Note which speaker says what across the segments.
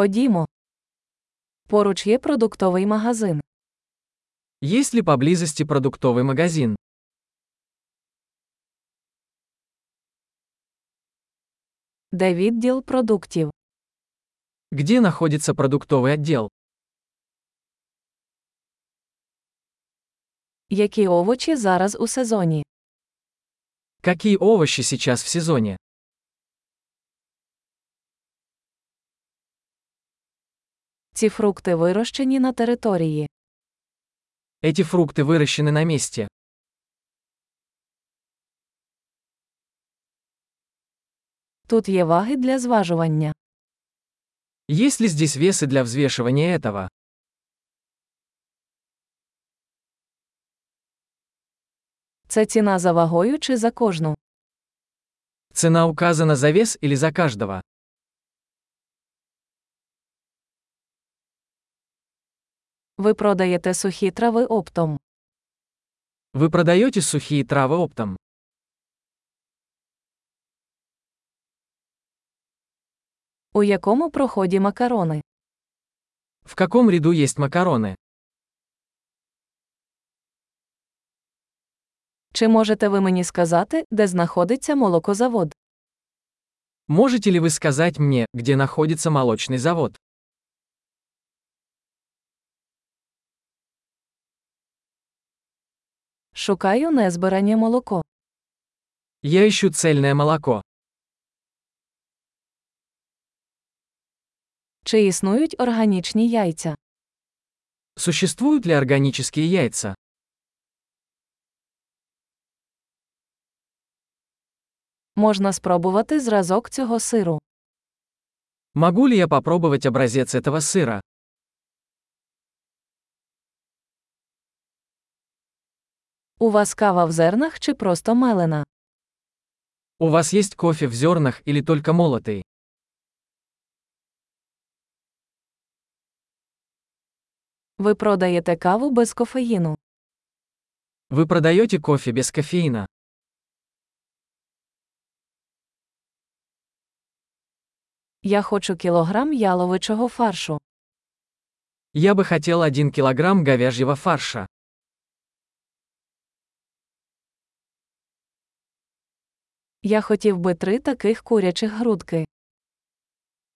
Speaker 1: Ходімо. Поруч є продуктовий магазин.
Speaker 2: Есть ли поблизости продуктовый магазин?
Speaker 1: Де відділ продуктів?
Speaker 2: Где находится продуктовый отдел?
Speaker 1: Які овочі зараз у сезоні?
Speaker 2: Какие овощи сейчас в сезоне?
Speaker 1: Ці фрукти вирощені на території.
Speaker 2: Эти фрукты выращены на месте.
Speaker 1: Тут є ваги для зважування.
Speaker 2: Есть ли здесь весы для взвешивания этого?
Speaker 1: Це ціна за вагою чи за кожну.
Speaker 2: Цена указана за вес или за каждого?
Speaker 1: Ви продаєте сухі трави оптом.
Speaker 2: Вы продаете сухие травы оптом.
Speaker 1: У якому проході макарони?
Speaker 2: В каком ряду есть макароны?
Speaker 1: Чи можете ви мені сказати, де знаходиться молокозавод?
Speaker 2: Можете ли вы сказать мне, где находится молочный завод?
Speaker 1: Шукаю незбирання молоко.
Speaker 2: Я ищу цельное молоко.
Speaker 1: Чи існують органічні яйця?
Speaker 2: Существуют ли органические яйца?
Speaker 1: Можна спробувати зразок цього сиру.
Speaker 2: Могу ли я попробовать образец этого сыра?
Speaker 1: У вас кава в зернах чи просто мелена?
Speaker 2: У вас есть кофе в зернах или только молотый?
Speaker 1: Ви продаєте каву без кофеїну.
Speaker 2: Вы продаете кофе без кофеина.
Speaker 1: Я хочу кілограм яловичого фаршу.
Speaker 2: Я бы хотел 1 килограмм говяжьего фарша.
Speaker 1: Я хотів би три таких курячих грудки.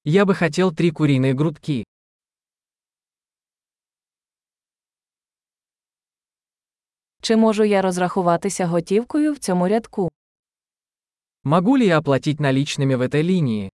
Speaker 2: Я бы хотел 3 куриные грудки.
Speaker 1: Чи можу я розрахуватися готівкою в цьому рядку?
Speaker 2: Могу ли я оплатить наличными в этой линии?